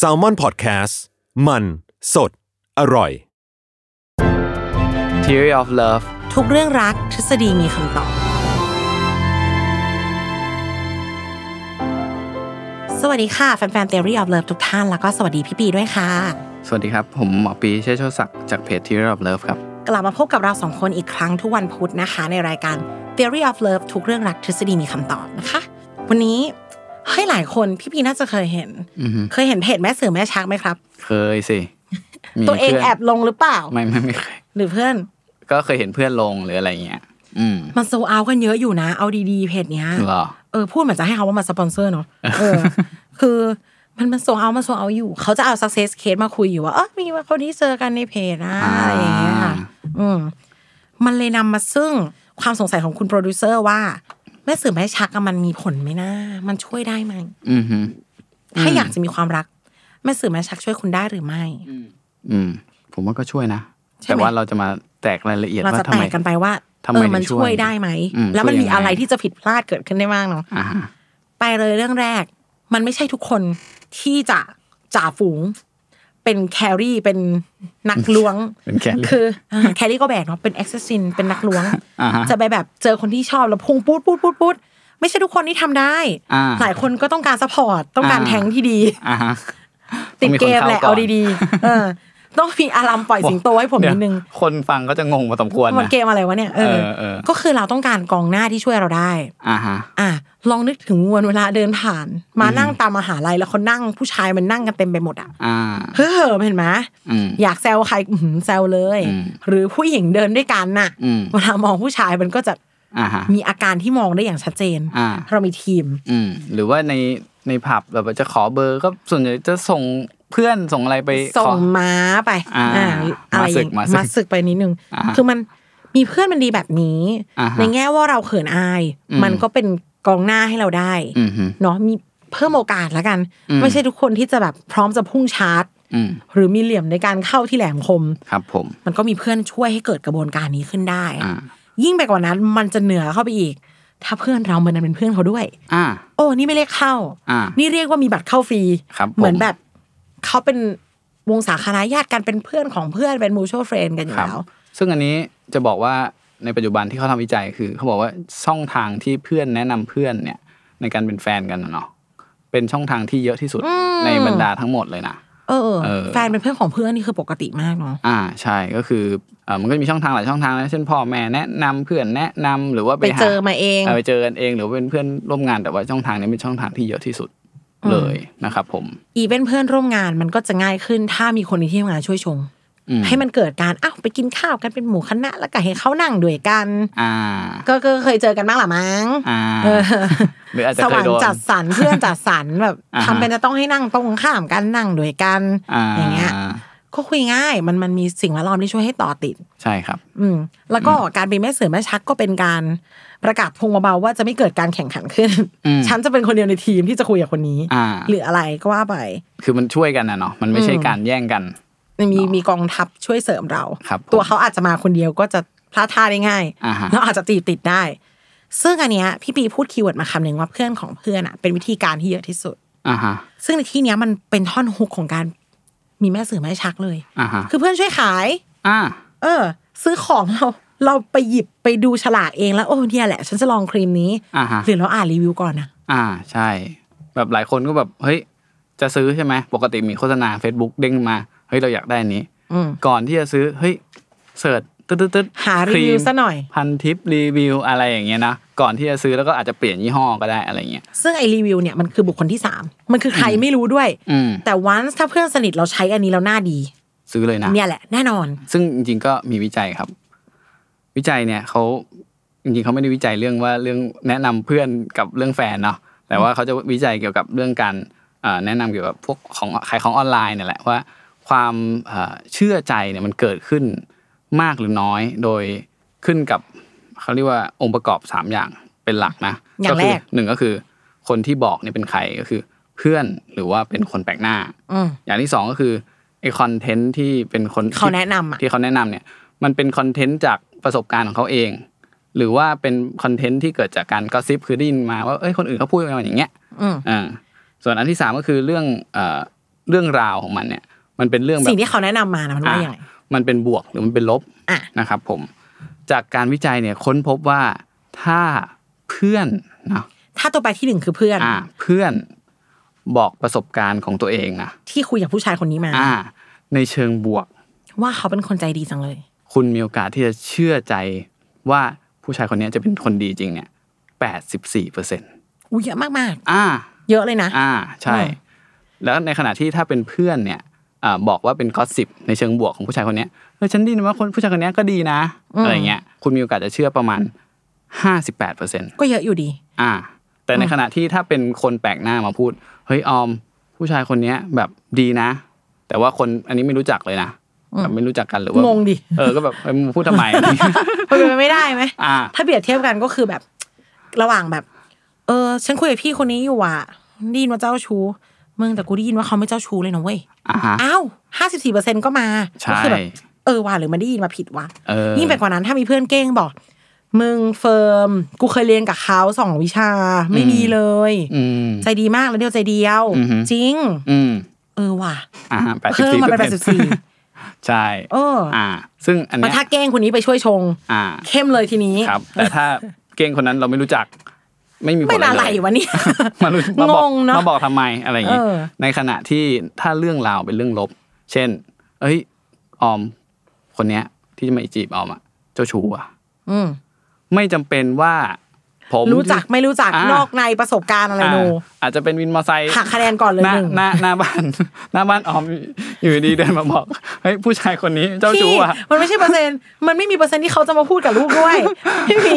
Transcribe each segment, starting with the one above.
s a l m o n PODCAST มันสดอร่อย Theory of Love ทุกเรื่องรักทฤษฎีมีคำตอบ สวัสดีค่ะ แฟนๆ Theory of Love ทุกท่าน แล้วก็สวัสดีพี่ปีด้วยค่ะ สวัสดีครับ ผมหมอปีเชษโชติศักดิ์จากเพจ Theory of Love ครับ กลับมาพบกับเราสองคนอีกครั้งทุกวันพุธนะคะ ในรายการ Theory of Love ทุกเรื่องรักทฤษฎีมีคำตอบนะคะ วันนี้ให้หลายคนพี่ปีน่าจะเคยเห็น อือฮึ เคยเห็นเพจแม่สื่อแม่ชักไหมครับ เคยสิมี ตัวเอง พื่น แอบลงหรือเปล่า ไม่ไม่ไม่เคย หรือเพื่อน ก็เคยเห็นเพื่อนลงหรืออะไรเงี้ย อืม มันโซเอากันเยอะอยู่นะ เอาดีๆ เพจเนี้ย หรอ เออพูดเหมือนจะให้เขาว่ามาสปอนเซอร์เนาะเออ คือมันมันโซเอามาโซเอาอยู่ เขาจะเอา success case มาคุยอยู่ว่าเออมีคนที่เจอกันในเพจนะ อ่า อะไรอย่างเงี้ยค่ะ อืมมันเลยนำมาซึ่งความสงสัยของคุณโปรดิวเซอร์ว่า แม่สื่อแม่ชักอะมันมีผลไหมนะ มันช่วยได้ไหม อือฮึ ถ้าอยากจะมีความรัก แม่สื่อแม่ชักช่วยคุณได้หรือไม่ อืม ผมว่าก็ช่วยนะ ใช่ไหม แต่ว่าเราจะมาแตกรายละเอียด เรา ว่า จะ ทำ แต ไม กกันไปว่า ทำไม เออมัน ถึงช่วย ช่วยได้ไหม อืม แล้วมัน ช่วยยัง มี ไง อะไรที่จะผิดพลาดเกิดขึ้นได้บ้างเนาะ อ่าฮะ ไปเลยเรื่องแรก มันไม่ใช่ทุกคนที่จะจ่าฝูง เป็นแครี่เป็นนักล้วง เป็นแค่เรื่อง คืออ่าแครี่ก็แบกเนาะเป็นแอคเซสซินเป็นนักล้วง อ่าฮะ จะไปแบบเจอคนที่ชอบแล้วพุ่งปุ๊ดปุ๊ดปุ๊ดปุ๊ดไม่ใช่ทุกคนที่ทำได้ อ่า หลายคนก็ต้องการซัพพอร์ตต้องการ อ่า แทงที่ดี อ่าฮะ ติดเกมแหละเอาดีๆ เออ ต้องมีอารมณ์ปล่อยสิงโตให้ผม เดี๋ยว นิดนึง คนฟังก็จะงงพอสมควร มัน นะ เกมอะไรวะเนี่ยเออ เออเออ ก็คือเราต้องการกองหน้าที่ช่วยเราได้ อ่าฮะ อ่ะลองนึกถึงวันเวลาเดินผ่าน มานั่งตามมหาลัยแล้วเขานั่งผู้ชายมันนั่งกันเต็มไปหมดอ่ะ อ่า เฮ้อเห็นไหม อืม อยากแซวใครอื้อหือแซวเลย อืม หรือผู้หญิงเดินด้วยกันน่ะ อืม เวลามองผู้ชายมันก็จะ อ่าฮะ มีอาการที่มองได้อย่างชัดเจน อ่า เรามีทีม อืมหรือว่าในในผับแบบว่าจะขอเบอร์ก็ส่วนใหญ่จะส่งเพื่อนส่งอะไรไป ส่ ขอ งม้าไป อ่า อะไรอย่าง มาศึกมาศึก มาศึกไปนิดนึง อ่า คือมันมีเพื่อนมันดีแบบนี้ อ่าฮะ ในแง่ว่าเราเขินอาย อืม มันก็เป็นกองหน้าให้เราได้ อืมฮึ เนาะมีเพิ่มโอกาสละกัน อืม ไม่ใช่ทุกคนที่จะแบบพร้อมจะพุ่งชาร์จ อืม หรือมีเหลี่ยมในการเข้าที่แหลมคม ครับผม มันก็มีเพื่อนช่วยให้เกิดกระบวนการนี้ขึ้นได้ อ่า ยิ่งไปกว่านั้นมันจะเหนือเข้าไปอีก ถ้าเพื่อนเรามันเป็นเพื่อนเขาด้วย อ่า โอ้นี่ไม่เรียกเข้า อ่า นี่เรียกว่ามีบัตรเข้าฟรี ครับผม เหมือนแบบเขาเป็นวงสาคณะญาติกันเป็นเพื่อนของเพื่อนเป็นมูช a l เฟรน d กันอยู่ ครับ แล้ว ซึ่งอันนี้จะบอกว่าในปัจจุบันที่เขาทำวิจัยคือ เขาบอกว่าช่องทางที่เพื่อนแนะนำเพื่อนเนี่ย ในการเป็นแฟนกันนะเนาะเป็นช่องทางที่เยอะที่สุดในบรรดาทั้งหมดเลยนะ เออ เออ แฟนเป็นเพื่อนของเพื่อนนี่คือปกติมากเนาะ อ่าใช่ก็คือเอ่อมันก็จะมีช่องทางหลายช่องทางนะเช่นพ่อแม่แนะนำเพื่อนแนะนำหรือว่าไป ไป ห เจอมาเอง เออไปเจอกันเองหรือว่าเป็นเพื่อนร่วมงานแต่ว่าช่องทางนี้เป็นช่องทางที่เยอะที่สุดเลยนะครับผม อีเป็นเพื่อนร่วมงานมันก็จะง่ายขึ้น ถ้ามีคนในที่ทำงานช่วยชง อืม ให้มันเกิดการอ้าวไปกินข้าวกันเป็นหมู่คณะแล้วก็ให้เขานั่งด้วยกัน อ่า ก็ก็เคยเจอกันบ้างหรอมั้ง อ่า เออ หรืออาจจะ ส เค ว่าย ง โดน จัดสรรเพื่อนจัดสรรแบบ อ่าฮะ ทำเป็นจะต้องให้นั่งตรงข้ามกันนั่งด้วยกัน อย่างเงี้ย ก็คุยง่ายมันมันมีสิ่งแวดล้อมที่ช่วยให้ต่อติด ใช่ครับ อืม แล้วก็การเป็นแม่เสือแม่ชักก็เป็นการประกาศพงเบาๆว่าจะไม่เกิดการแข่งขันขึ้น อืม ฉันจะเป็นคนเดียวในทีมที่จะคุยกับคนนี้ อ่า หรืออะไรก็ว่าไป คือมันช่วยกันนะเนาะมันไม่ใช่การแย่งกัน มีมีกองทัพช่วยเสริมเรา ครับผม ตัวเขาอาจจะมาคนเดียวก็จะพลาดท่าได้ง่าย อ่าฮะ แล้วอาจจะตีบติดได้ ซึ่งอันเนี้ยพี่ปีพูดคีย์เวิร์ดมาคำหนึ่งว่าเพื่อนของเพื่อนอ่ะเป็นวิธีการที่เยอะที่สุด อ่าฮะ ซึ่งในที่เนี้ยมันเป็นท่อนฮุกของการมีแม่สื่อแม่ชักเลย อ่าฮะ คือเพื่อนช่วยขาย อ่า เออ ซื้อของเราเราไปหยิบไปดูฉลากเองแล้วโอ้เนี่ยแหละ ฉันจะลองครีมนี้ อ่าฮะ หรือเราอ่านรีวิวก่อนนะ อ่าใช่ แบบหลายคนก็แบบเฮ้ยจะซื้อใช่ไหมปกติมีโฆษณา Facebook เด้งมาเฮ้ยเราอยากได้อันนี้ อืม ก่อนที่จะซื้อเฮ้ยเสิร์ชตึ๊ดตึ๊ดตึ๊ด หารีวิควม ซะหน่อย พันทิปรีวิวอะไรอย่างเงี้ยนะก่อนที่จะซื้อแล้วก็อาจจะเปลี่ยนยี่ห้อก็ได้อะไรเงี้ย ซึ่งไอรีวิวเนี่ยมันคือบุคคลที่สามมันคือใครไม่รู้ด้วย อืม แต่วันถ้าเพื่อนสนิทเราใช้อันนี้แล้วหน้าดี ซื้อเลยนะ เนี่ยแหละแน่นอน ซึ่งจริงๆก็มีวิจัยครับ วิจัยเนี่ยเขาจริงๆเขาไม่ได้วิจัยเรื่องว่าเรื่องแนะนำเพื่อนกับเรื่องแฟนเนาะแต่ว่าเขาจะวิจัยเกี่ยวกับเรื่องการ เอ่อแนะนำเกี่ยวกับพวกของขายของออนไลน์เนี่ยแหละว่า ความเอ่อเชื่อใจเนี่ยมันเกิดขึ้นมากหรือน้อยโดยขึ้นกับเขาเรียกว่าองค์ประกอบสามอย่างเป็นหลักนะ อย่าคืงแรก หนึ่งก็คือ คนที่บอกเนี่ยเป็นใครก็คือ เพื่อนหรือว่าเป็นคนแปลกหน้า อืม อย่างที่สองก็คือไอคอนเทนต์ที่เป็นคน เขาแนะนำอะ ที่เขาแนะนำเนี่ยมันเป็นคอนเทนต์จากประสบการณ์ของเขาเอง หรือว่าเป็นคอนเทนต์ที่เกิดจากการกอสซิปคือได้ยินมาว่าเอ้ยคนอื่นเขาพูดกันมาอย่างเงี้ย อืม อ่าส่วนอันที่สามก็คือเรื่องเอ่อเรื่องราวของมันเนี่ยมันเป็นเรื่องแบบ สิ่งที่เขาแนะนำมานะมันว่า อ่ะ ยังไง มันเป็นบวกหรือมันเป็นลบ อ่ะ นะครับผมจากการวิจัยเนี่ยค้นพบว่าถ้าเพื่อนเนาะ ถ้าตัวไปที่หนึ่งคือเพื่อน อ่าเพื่อนบอกประสบการณ์ของตัวเองนะ ที่คุยกับผู้ชายคนนี้มา อ่า ในเชิงบวก ว่าเขาเป็นคนใจดีจังเลย คุณมีโอกาสที่จะเชื่อใจว่าผู้ชายคนนี้จะเป็นคนดีจริงเนี่ยแปดสิบสี่เปอร์เซ็นต์ อุ้ยเยอะมาก อ่า ๆ เยอะเลยนะ อ่า ใช่ อืม แล้วในขณะที่ถ้าเป็นเพื่อนเนี่ยอ่าบอกว่าเป็นกอสซิบในเชิงบวกของผู้ชายคนเนี้ยเออฉันไดีนะว่าคนผู้ชายคนเนี้ยก็ดีนะ อะไรเงี้ย คุณมีโอกาสจะเชื่อประมาณห้าสิบแปดเปอร์เซ็นต์ ก็เยอะอยู่ดี อ่า แต่ในขณะที่ถ้าเป็นคนแปลกหน้ามาพูด เฮ้ยออม ผู้ชายคนเนี้ยแบบดีนะ แต่ว่าคนอันนี้ไม่รู้จักเลยนะแบบไม่รู้จักกันหรือว่าง ง งดิ เออก็แบบเอ้ยมึงพูดท ำไมอะไรเงี้ย มันเป็นไปไม่ได้ไหม อ่า ถ้าเปรียบเทียบกันก็คือแบบ ระหว่างแบบ เออ ฉันคุยกับพี่คนนี้อยู่อ่ะได้ยินว่าเจ้าชู้มึงแต่กูได้ยินว่าเขาไม่เจ้าชู้เลยนะเว้ย อ่าฮะ อ้าวห้าสิบสี่เปอร์เซ็นก็มา ใช่ ก็คือแบบเออว่าหรือมันได้ยินมาผิดว่ะ เออ ยิ่งไปกว่านั้นถ้ามีเพื่อนเก้งบอก มึงเฟิร์ม กูเคยเรียนกับเขาสองวิชา ไม่ดีเลย อืม ใจดีมากแล้วเดียวใจเดียว อือฮึ จริง อืม เออว่ะ อ่าฮะแปดสิบ เพิ่ม สี่ มาเป็นแปดสิบสี่ ใช่ เอออ อ่า ซึ่งอัน มา เนี้ย ถ้าเก้งคนนี้ไปช่วยชง อ่า เข้มเลยทีนี้ ครับ แต่ถ้าเก่งคนนั้นเราไม่รู้จัก ไม่มีผล ไม่น่า อะ อะไร ไร เลยว ะเนี่ย มารู้มาบอก งงเนอะ มาบอกทำไมอะไรอย่างงี้ เออ ในขณะที่ถ้าเรื่องราวเป็นเรื่องลบ เช่น เอ้ยออม คนเนี้ย ที่จะมาจีบออมอะเจ้าชู้อะ อืม ไม่จำเป็นว่า ผม รู้จักไม่รู้จัก อ่าน นอกในประสบการณ์อะไร อ่า โน อาจจะเป็นวินมอเตอร์ไซค์ หักคะแนนก่อนเลย หน้า หนึ่ง หน้าหน้าบ้าน หน้าบ้านออมอยู่ดีๆเดินมาบอก เฮ้ยผู้ชายคนนี้เจ้า ที่ ชู้อ่ะ มันไม่ใช่เปอร์เซ็นต์มันไม่มีเปอร์เซ็นต์ที่เขาจะมาพูดกับลูก ด้วย ไม่มี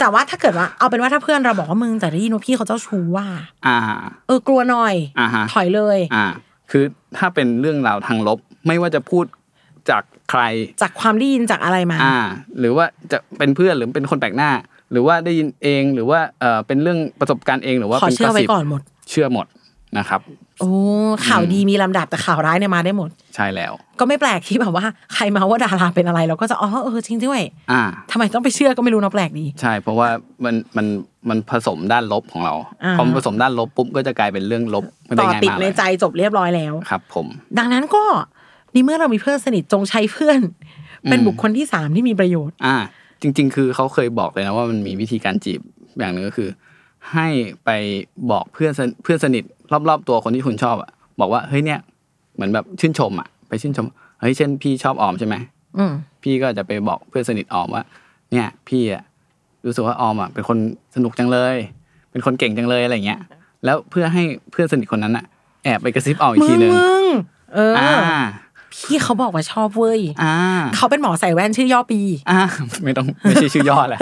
แต่ว่าถ้าเกิดว่าเอาเป็นว่าถ้าเพื่อนเราบอกว่ามึงแต่ได้ยินว่าพี่เขาเจ้าชู้ว่า อ่า เออกลัวหน่อย อ่าฮะ ถอยเลย อ่า คือถ้าเป็นเรื่องราวทางลบ ไม่ว่าจะพูดจากใคร จากความได้ยินจากอะไรมา อ่า หรือว่าจะเป็นเพื่อนหรือเป็นคนแปลกหน้า หรือว่าได้ยินเองหรือว่าเออเป็นเรื่องประสบการณ์เองหรือว่า ขอ เป็น เชื่อไว้ ระสิบ ก่อนหมด เชื่อหมดนะครับ โอ้ข่าวดีมีลำดับแต่ข่าวร้ายเนี่ยมาได้หมด ใช่แล้ว ก็ไม่แปลกที่แบบว่าใครมาว่าดาราเป็นอะไรเราก็จะอ๋อเออจริงด้วย อ่า ทำไมต้องไปเชื่อก็ไม่รู้นะแปลกดี ใช่ เพราะว่ามันมันมันผสมด้านลบของเรา อ่า พอมันผสมด้านลบปุ๊บก็จะกลายเป็นเรื่องลบไม่ได้ ต่อ ง่าย ติด มาก ใน เลย ใจจบเรียบร้อยแล้ว ครับ ผม ดังนั้นก็ในี่เมื่อเรามีเพื่อนสนิทจงใช้เพื่อน เป็นบุคคลที่สามที่มีประโยชน์ อ่าจริง ๆ คือเขาเคยบอกเลยนะว่ามันมีวิธีการจีบอย่างหนึ่งก็คือ ให้ไปบอกเพื่อนสนเพื่อนสนิท รอบๆตัวคนที่คุณชอบอะบอกว่าเฮ้ยเนี่ยเหมือนแบบชื่นชมอะไปชื่นชมเฮ้ยเช่นพี่ชอบออมใช่ไหม อืม พี่ก็จะไปบอกเพื่อนสนิทออมว่า เนี่ย พี่อะรู้สึกว่าออมอะเป็นคนสนุกจังเลย เป็นคนเก่งจังเลยอะไรเงี้ย แล้วเพื่อให้เพื่อนสนิทคนนั้นอะแอบไปกระซิบออมอีกทีหนึ่ง มึงเอออ อ่า พี่เขาบอกว่าชอบเว้ย อ่า เขาเป็นหมอใส่แว่นชื่อย่อปี อ่าไม่ต้องไม่ใช่ชื่อย่อแหละ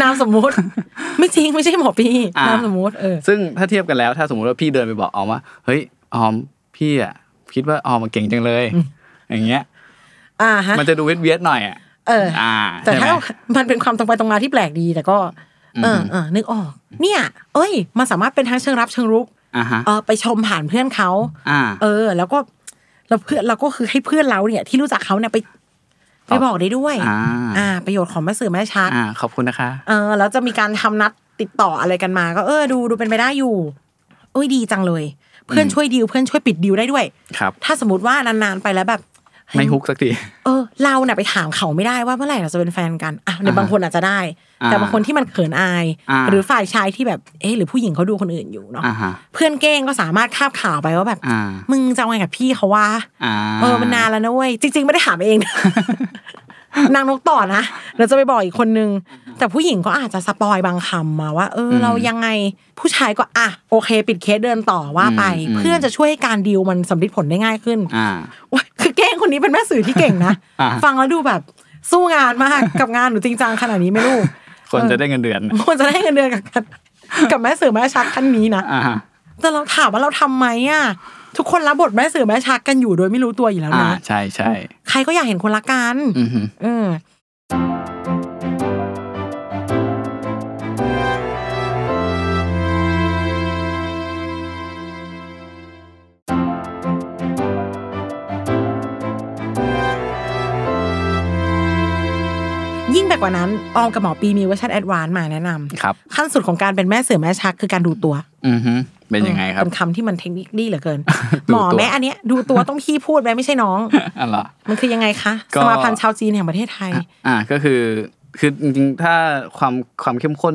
นามสมมุติ ไม่จริงไม่ใช่หมอปี อ่าน นามสมมุติเออ ซึ่งถ้าเทียบกันแล้วถ้าสมมติว่าพี่เดินไปบอกออมว่าเฮ้ยออมพี่อ่ะคิดว่าออมมันเก่งจังเลย อย่างเงี้ย อ่าฮะ มันจะดูเวทเวทหน่อยอ่ะ เออ อ่า แต่ ใช่ไหม ถ้ามันเป็นความตรงไปตรงมาที่แปลกดี แต่ก็ เออเออนึกออก เนี่ย เอ้ย มันสามารถเป็นทั้งเชิงรับเชิงรุก อ่าฮะ เออไปชมผ่านเพื่อนเขา อ่า เออ แล้วก็เราเพื่อนเราก็คือให้เพื่อนเราเนี่ย ที่รู้จักเขาเนี่ยไป ไปบอกได้ด้วย อ่า ประโยชน์ของแม่สื่อแม่ชัก อ่าขอบคุณนะคะ เออแล้วจะมีการทำนัดติดต่ออะไรกันมา ก็เออดูดูเป็นไปได้อยู่เอ้ยดีจังเลย เพื่อนช่วยดีลเพื่อนช่วยปิดดีลได้ด้วย ครับ ถ้าสมมติว่านานๆไปแล้วแบบ ไม่ฮุกสักที เออ เราเนี่ยไปถามเขาไม่ได้ว่าเมื่อไหร่เราจะเป็นแฟนกันอ่ะในบางคนอาจจะได้ อ่า แต่บางคนที่มันเขินอาย อ่า หรือฝ่ายชายที่แบบเอ๊ะหรือผู้หญิงเขาดูคนอื่นอยู่เนาะ อ่าฮะ เพื่อนเก้งก็สามารถคาบข่าวไปว่าแบบ อ่า มึงจะเอาไงกับพี่เขาวะ อ่า เออมันนานแล้วนะเว้ยจริง ๆ ไม่ได้ถามเอง นะ นางนกต่อนะเราจะไปบอกอีกคนนึง แต่ผู้หญิงก็อาจจะสปอยบางคำมาว่า เอออเรายังไงผู้ชายก็อ่ะโอเค ปิดเคสเดินต่อว่าไป เพื่อนจะช่วยให้การดีลมันสำลิดผลได้ง่ายขึ้น อ่า โอ๊ยคือแกล้งคนนี้เป็นแม่สื่อที่เก่งนะ อ่า ฟังแล้วดูแบบสู้งานมากกับงานหนูจริงจังขนาดนี้ไม่รู้ คนจะได้เงินเดือน ควรจะได้เงินเดือนกับกับแม่สื่อแม่ชักท่านนี้นะ อ่าฮะ แต่เราถามว่าเราทำไหมอ่ะทุกคนรับบทแม่สื่อแม่ชักกันอยู่โดยไม่รู้ตัวอยู่แล้ว อ่า นะ ใช่ใช่ ใครก็อยากเห็นคนรักกัน อือหือ เออ ยิ่งไปกว่านั้นออมกับหมอปีมีเวอร์ชันแอดวานซ์มาแนะนำ ครับ ขั้นสุดของการเป็นแม่สื่อแม่ชักคือการดูตัว อือหือเป็นยังไงครับ เป็นคำที่มันเทคนิคดีเหลือเกิน ดูตัว หมอแม่อันเนี้ยดูตัวต้องพี่พูดแม่ไม่ใช่น้อง อ๋อเหรอ มันคือยังไงคะ ก็ สมาพันธ์ชาวจีนแห่งประเทศไทย อ่ะอ่าก็คือคือจริงๆถ้าความความเข้มข้น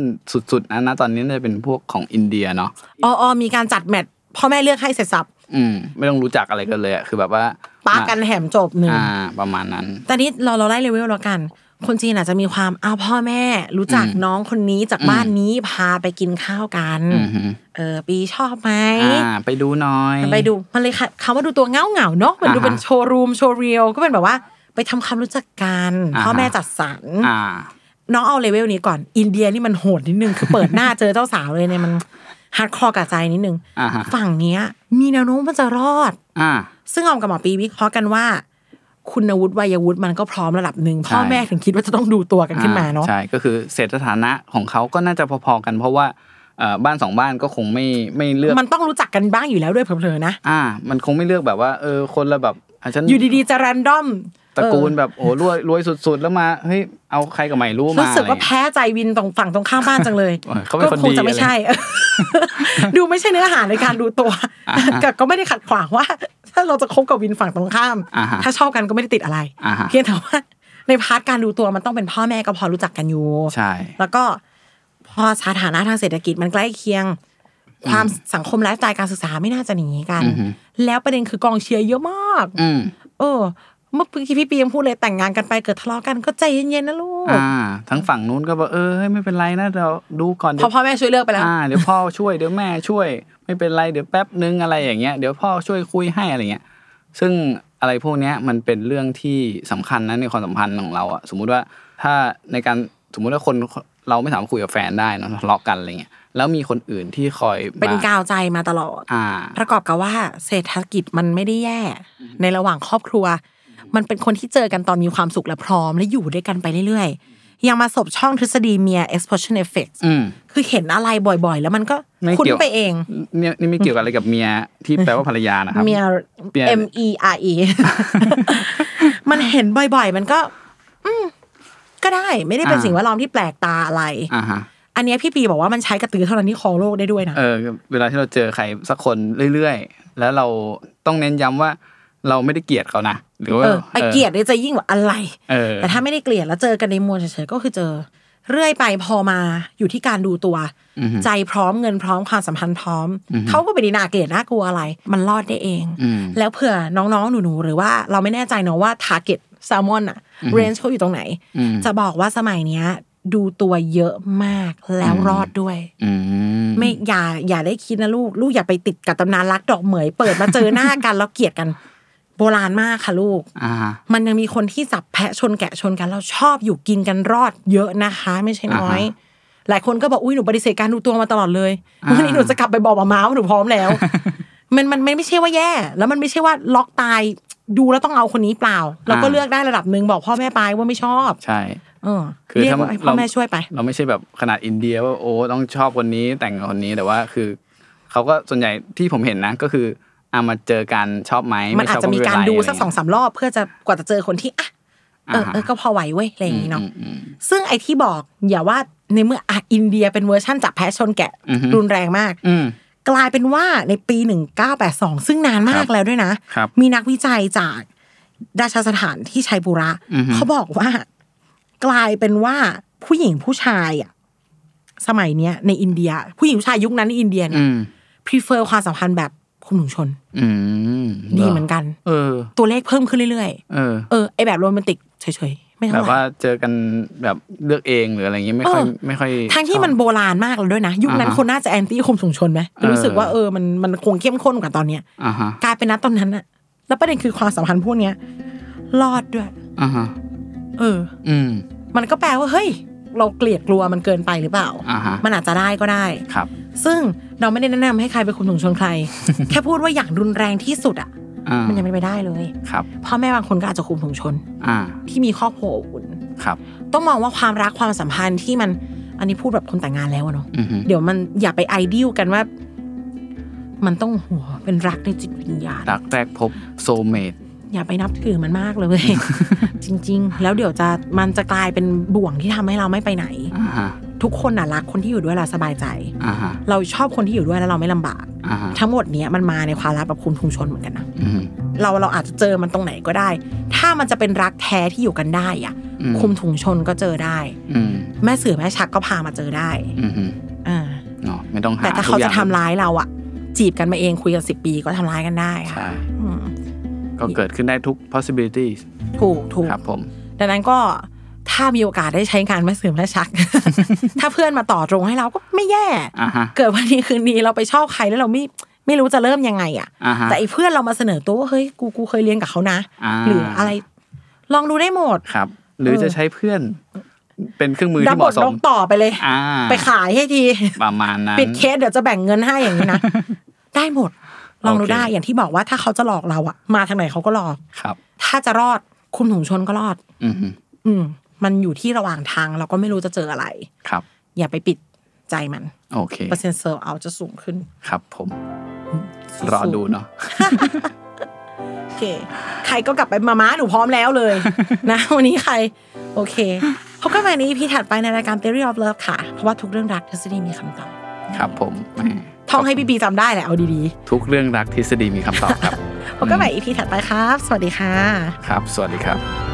สุดๆนะนะตอนนี้น่าจะเป็นพวกของอินเดียเนาะ อออมีการจัดแมตช์พ่อแม่เลือกให้เสร็จสับ อืม ไม่ต้องรู้จักอะไรกันเลยอะคือแบบว่า ป้ากันแหมจบหนึ่ง อ่า ประมาณนั้น ตอนนี้เราเราไล่เลเวลแล้วกัน คนจีนอาจจะมีความอ้าวพ่อแม่ รู้จัก อืม น้องคนนี้จาก อืม บ้านนี้พาไปกินข้าวกัน อือหือ เออปีชอบไหม อ่า ไปดูหน่อย ไปดูมันเลยค่ะคำว่าดูตัวเงาเงาๆเนาะเหมันดู อ่าฮะ เป็นโชว์รูมโชว์เรียลก็เป็นแบบว่า ไปทำความรู้จักกัน อ่าฮะ พ่อแม่จัดสรร อ่า น้องเอาเลเวลนี้ก่อน อินเดียนี่มันโหดนิดนึง คือเปิดหน้าเจอเจ้าสาวเลยเนี่ยมันฮาร์ดคอร์กับใจนิดนึง อ่าฮะ ฝั่งเนี้ย มีแนวโน้มว่าจะรอด อ่า ซึ่งออมกับหมอปีวิเคราะห์กันว่า คุณวุฒิวัยวุฒิมันก็พร้อมระดับหนึ่งพ่อ ใช่ แม่ถึงคิดว่าจะต้องดูตัวกันขึ้นมาเนาะ อ่ใช่ก็คือเศรษฐฐานะของเขาก็น่าจะพอๆกัน เพราะว่าเอ่อบ้านสองบ้านก็คงไม่ไม่เลือก มันต้องรู้จักกันบ้างอยู่แล้วด้วยเผลอๆนะ อ่า มันคงไม่เลือกแบบว่า เออคนละแบบอ่ะฉัน อยู่ดีๆจะแรนดอม ตระกูลแบบโอ้รวยรวยสุดๆ แล้วมาเฮ้ยเอาใครกับใหม่รู้ เออ มา รู้สึกว่า อะไร แพ้ใจวินตรงฝั่งตรงข้ามบ้านจังเลย เออเขาเป็นคนดี คงจะไม่ใช่ ดูไม่ใช่ เนื้อหาในการดูตัว อ่าฮะ แต่ก็ไม่ได้ขัดขวางว่า ถ้าเราจะคบกับวินฝั่งตรงข้าม อ่าฮะ ถ้าชอบกันก็ไม่ได้ติดอะไร อ่าฮะ เพียงแต่ว่าในพาร์ทการดูตัวมันต้องเป็นพ่อแม่ก็พอรู้จักกันอยู่ ใช่ แล้วก็พอสถานะทางเศรษฐกิจมันใกล้เคียง ความสังคมไลฟ์สไตล์การศึกษาไม่น่าจะหนีกัน อือฮึ แล้วประเด็นคือกองเชียร์เยอะมาก อืม เออ เมื่อกี้พี่ปียังพูดเลยแต่งงานกันไปเกิดทะเลาะกันก็ใจเย็นๆนะลูก อ่า ทั้งฝั่งนู้นก็บอกเออเฮ้ยไม่เป็นไรนะเราดูก่อน พอพ่อแม่ช่วยเลิกไปแล้ว อ่าเดี๋ยวพ่อช่วยเดี๋ยวแม่ช่วย ไม่เป็นไรเดี๋ยวแป๊บนึงอะไรอย่างเงี้ยเดี๋ยวพ่อช่วยคุยให้อะไรเงี้ยซึ่งอะไรพวกเนี้ยมันเป็นเรื่องที่สำคัญนะในความสัมพันธ์ของเราอะสมมุติว่าถ้าในการสมมุติว่าคนเราไม่สามารถคุยกับแฟนได้เนอะทะเลาะกันอะไรเงี้ยแล้วมีคนอื่นที่คอยม เป็นกาวใจมาตลอด อ่า ประกอบกับว่าเศรษฐกิจมันไม่ได้แย่ ในระหว่างครอบครัว มันเป็นคนที่เจอกันตอนมีความสุขและพร้อม และอยู่ด้วยกันไปเรื่อยๆ ยังมาสบช่องทฤษฎีเมีย explosion effect อืม คือเห็นอะไรบ่อยๆ แล้วมันก็ ไม่ คุ้น เกี่ยว ไปเอง เนี่ยนี่ไม่เกี่ยวกับอะไรกับเมียที่แปลว่าภรรยานะครับ เมีย เมีย M E R E มันเห็นบ่อยๆ มันก็ อืมก็ได้ไม่ได้เป็น อ่า สิ่งแวดล้อมที่แปลกตาอะไร อ่าฮะ อันเนี้ยพี่ปีบอกว่ามันใช้กระตือเท่านั้นที่ครองโลกได้ด้วยนะ เออเวลาที่เราเจอใครสักคนเรื่อยๆ แล้วเราต้องเน้นย้ำว่า เราไม่ได้เกลียดเขานะ หรือว่า เออไอเกลียดเนี่ยจะยิ่งกว่าอะไร เออ แต่ถ้าไม่ได้เกลียดแล้วเจอกันในมวลเฉยๆก็คือเจอ เรื่อยไปพอมาอยู่ที่การดูตัว อือฮึ ใจพร้อมเงินพร้อมความสัมพันธ์พร้อม อือฮึ เขาก็ไม่ได้น่าเกลียดน่ากลัวอะไร มันรอดได้เอง อืม แล้วเผื่อน้องๆ หนูๆ หรือว่าเราไม่แน่ใจเนอะว่า target salmon อะ อือฮึ range เขาอยู่ตรงไหน อืม จะบอกว่าสมัยเนี้ย ดูตัวเยอะมากแล้วรอดด้วย อืม ไม่อย่าอย่าได้คิดนะลูก ลูกอย่าไปติดกับตำนานรักดอกเหมยเปิดมาเจอหน้ากันแล้วเกลียดกัน โบราณมากค่ะลูก อ่า มันยังมีคนที่สับแพะชนแกะชนกันเราชอบอยู่กินกันรอดเยอะนะคะ ไม่ใช่น้อย อ่าฮ หลายคนก็บอกอุ้ยหนูปฏิเสธการดูตัวมาตลอดเลย อ่า วันนี้หนูจะกลับไปบอกหมาม้าว่าหนูพร้อมแล้ว มันมันมันไม่ใช่ว่าแย่ แล้วมันไม่ใช่ว่าล็อกตายดูแล้วต้องเอาคนนี้เปล่า เราก็เลือกได้ระดับหนึ่งบอกพ่อแม่ไปว่าไม่ชอบ ใช่ เออ คือ เรียก ถ้า ว่าให้พ่อแม่ช่วยไป เราไม่ใช่แบบขนาดอินเดียว่าโอ้ต้องชอบคนนี้แต่งกับคนนี้แต่ว่าคือเขาก็ส่วนใหญ่ที่ผมเห็นนะก็คืออ่ะมาเจอกันชอบไหม มันอาจ ไชบ จะมี ไเป็ การ ไ ดูสักสองสามรอบเพื่อจะกว่าจะเจอคนที่อ่ะเออเออก็พอไหวเว้ยอะไรอย่างนี้เนาะ มอืม ซึ่งไอที่บอกอย่าว่าในเมื่ออ่ะอินเดียเป็นเวอร์ชั่นจับแพะชนแกะ อือฮึ รุนแรงมาก อืม กลายเป็นว่าในปี 1982 ซึ่งนานมา ครั ก บ แล้วด้วยนะ ครับ มีนักวิจัยจากราชสถานที่ชัยบุระ อือฮึ เขาบอกว่า กลายเป็นว่าผู้หญิงผู้ชายอะสมัยเนี้ยในอินเดีย ผู้หญิงผู้ชายยุคนั้นในอินเดียเนี่ อื ย ม prefer ความสัมพันธ์แบบคุณหนุ่มชน อืม ดีเหมือนกัน เออ ตัวเลขเพิ่มขึ้นเรื่อย เออ ๆ เออไอแบบโรแมนติกเฉยๆ ไม่ แบ เท่า บ ไหร่ ว่าเจอกันแบบเลือกเองหรืออะไรอย่างงี้ไม่ค่อย เออ ไม่ค่อย ทั้งที่ ชอบ มันโบราณมากแล้วด้วยนะ ยุคนั้น อ่าฮะ คนน่าจะแอนตี้คุมถุงชนไหม เออ รู้สึกว่าเออมันมันคงเข้มข้นกว่าตอนเนี้ย อ่าฮะ กลายเป็นนะตอนนั้นอะแล้วประเด็นคือความสัมพันธ์พวกเนี้ยรอดด้วย อ่าฮะ เออ อืม มันก็แปลว่าเฮ้ย เราเกลียดกลัวมันเกินไปหรือเปล่า อ่าฮะ มันอาจจะได้ก็ได้ ครับ ซึ่งเราไม่ได้แนะนำให้ใครเป็นคนถุงชนใคร แค่พูดว่าอย่างรุนแรงที่สุดอ่ะ อ่า มันยังไม่ไปได้เลย ครับ พ่อแม่บางคนก็อาจจะคุมถุงชน อ่า ที่มีครอบครัวอบอุ่น ครับ ต้องมองว่าความรักความสัมพันธ์ที่มันอันนี้พูดแบบคนแต่งงานแล้วอะเนาะ อือฮึ เดี๋ยวมันอย่าไปไอดอลกันว่า มันต้องหัวเป็นรักในจิตวิญญาณ รักแรกพบโซเมด อย่าไปนับถือมันมากเลย จริง ๆ แล้วเดี๋ยวจะมันจะกลายเป็นบ่วงที่ทำให้เราไม่ไปไหน อ่าฮะ ทุกคนน่ะรักคนที่อยู่ด้วยเราสบายใจ อ่าฮะ เราชอบคนที่อยู่ด้วยแล้วเราไม่ลำบาก อ่าฮะ ทั้งหมดเนี้ยมันมาในความรักแบบคุมทุงชนเหมือนกันนะ อืม เราเราอาจจะเจอมันตรงไหนก็ได้ ถ้ามันจะเป็นรักแท้ที่อยู่กันได้อะ อื คุมถุงชนก็เจอได้ อืม แม่เสือแม่ชักก็พามาเจอได้ อืมอืม อ่า เนาะไม่ต้องหา แต่ถ้าเขา กอย่ จะ ง ทำร้ายเราอะจีบกันมาเองคุยกันสิปีก็ทำร้ายกันได้ค่ะ ใช่ อืม ก็เกิดขึ้นได้ทุก possibilities ถูกถูก ครับผม ดังนั้นก็ถ้ามีโอกาสได้ใช้งานแม่เสือแม่ชัก ถ้าเพื่อนมาต่อตรงให้เราก็ไม่แย่ อ่าฮะ เกิดวันนี้คืนนี้เราไปชอบใครแล้วเราไม่ไม่รู้จะเริ่มยังไงอะ อ่าฮะ แต่ไอ้เพื่อนเรามาเสนอตัวว่าเฮ้ยกูกูเคยเรียนกับเขานะ า หรืออะไร ลองดูได้หมด ครับ หรือจะใช้เพื่อน เป็นเครื่องมือ รั ที่ บ เห บ มาะ ท ส น ม กต่อไปเลย อ่า ไปขายให้ที ประมาณนั้น ปิดเคสเดี๋ยวจะแบ่งเงินให้อย่างนี้นะ ได้หมด ลองดู โอเค ได้อย่างที่บอกว่าถ้าเขาจะหลอกเราอะมาทางไหนเขาก็หลอก ครับ ถ้าจะรอดคุมถุงชนก็รอด อืมฮึ อืม มันอยู่ที่ระหว่างทางเราก็ไม่รู้จะเจออะไร ครับ อย่าไปปิดใจมัน โอเค เปอร์เซ็นต์เซอร์เอาจะสูงขึ้น ครับผม สู้ๆ รอดูเนาะ โอเค ใครก็กลับไปมาม้าหนูพร้อมแล้ว เลย นะ วันนี้ใคร โอเคพบกันใหม่ใน EP ถัดไปในรายการ Theory of Love ค่ะ เพราะว่าทุกเรื่องรักทฤษฎีมีคำตอบ ครับผมแหม ท่องให้พี่บีจำได้แหละเอาดี ทุกเรื่องรักทฤษฎีมีคำตอบครับ ๆพบกันใหม่ EP ถัดไปครับ สวัสดีค่ะ ครับ สวัสดีครับ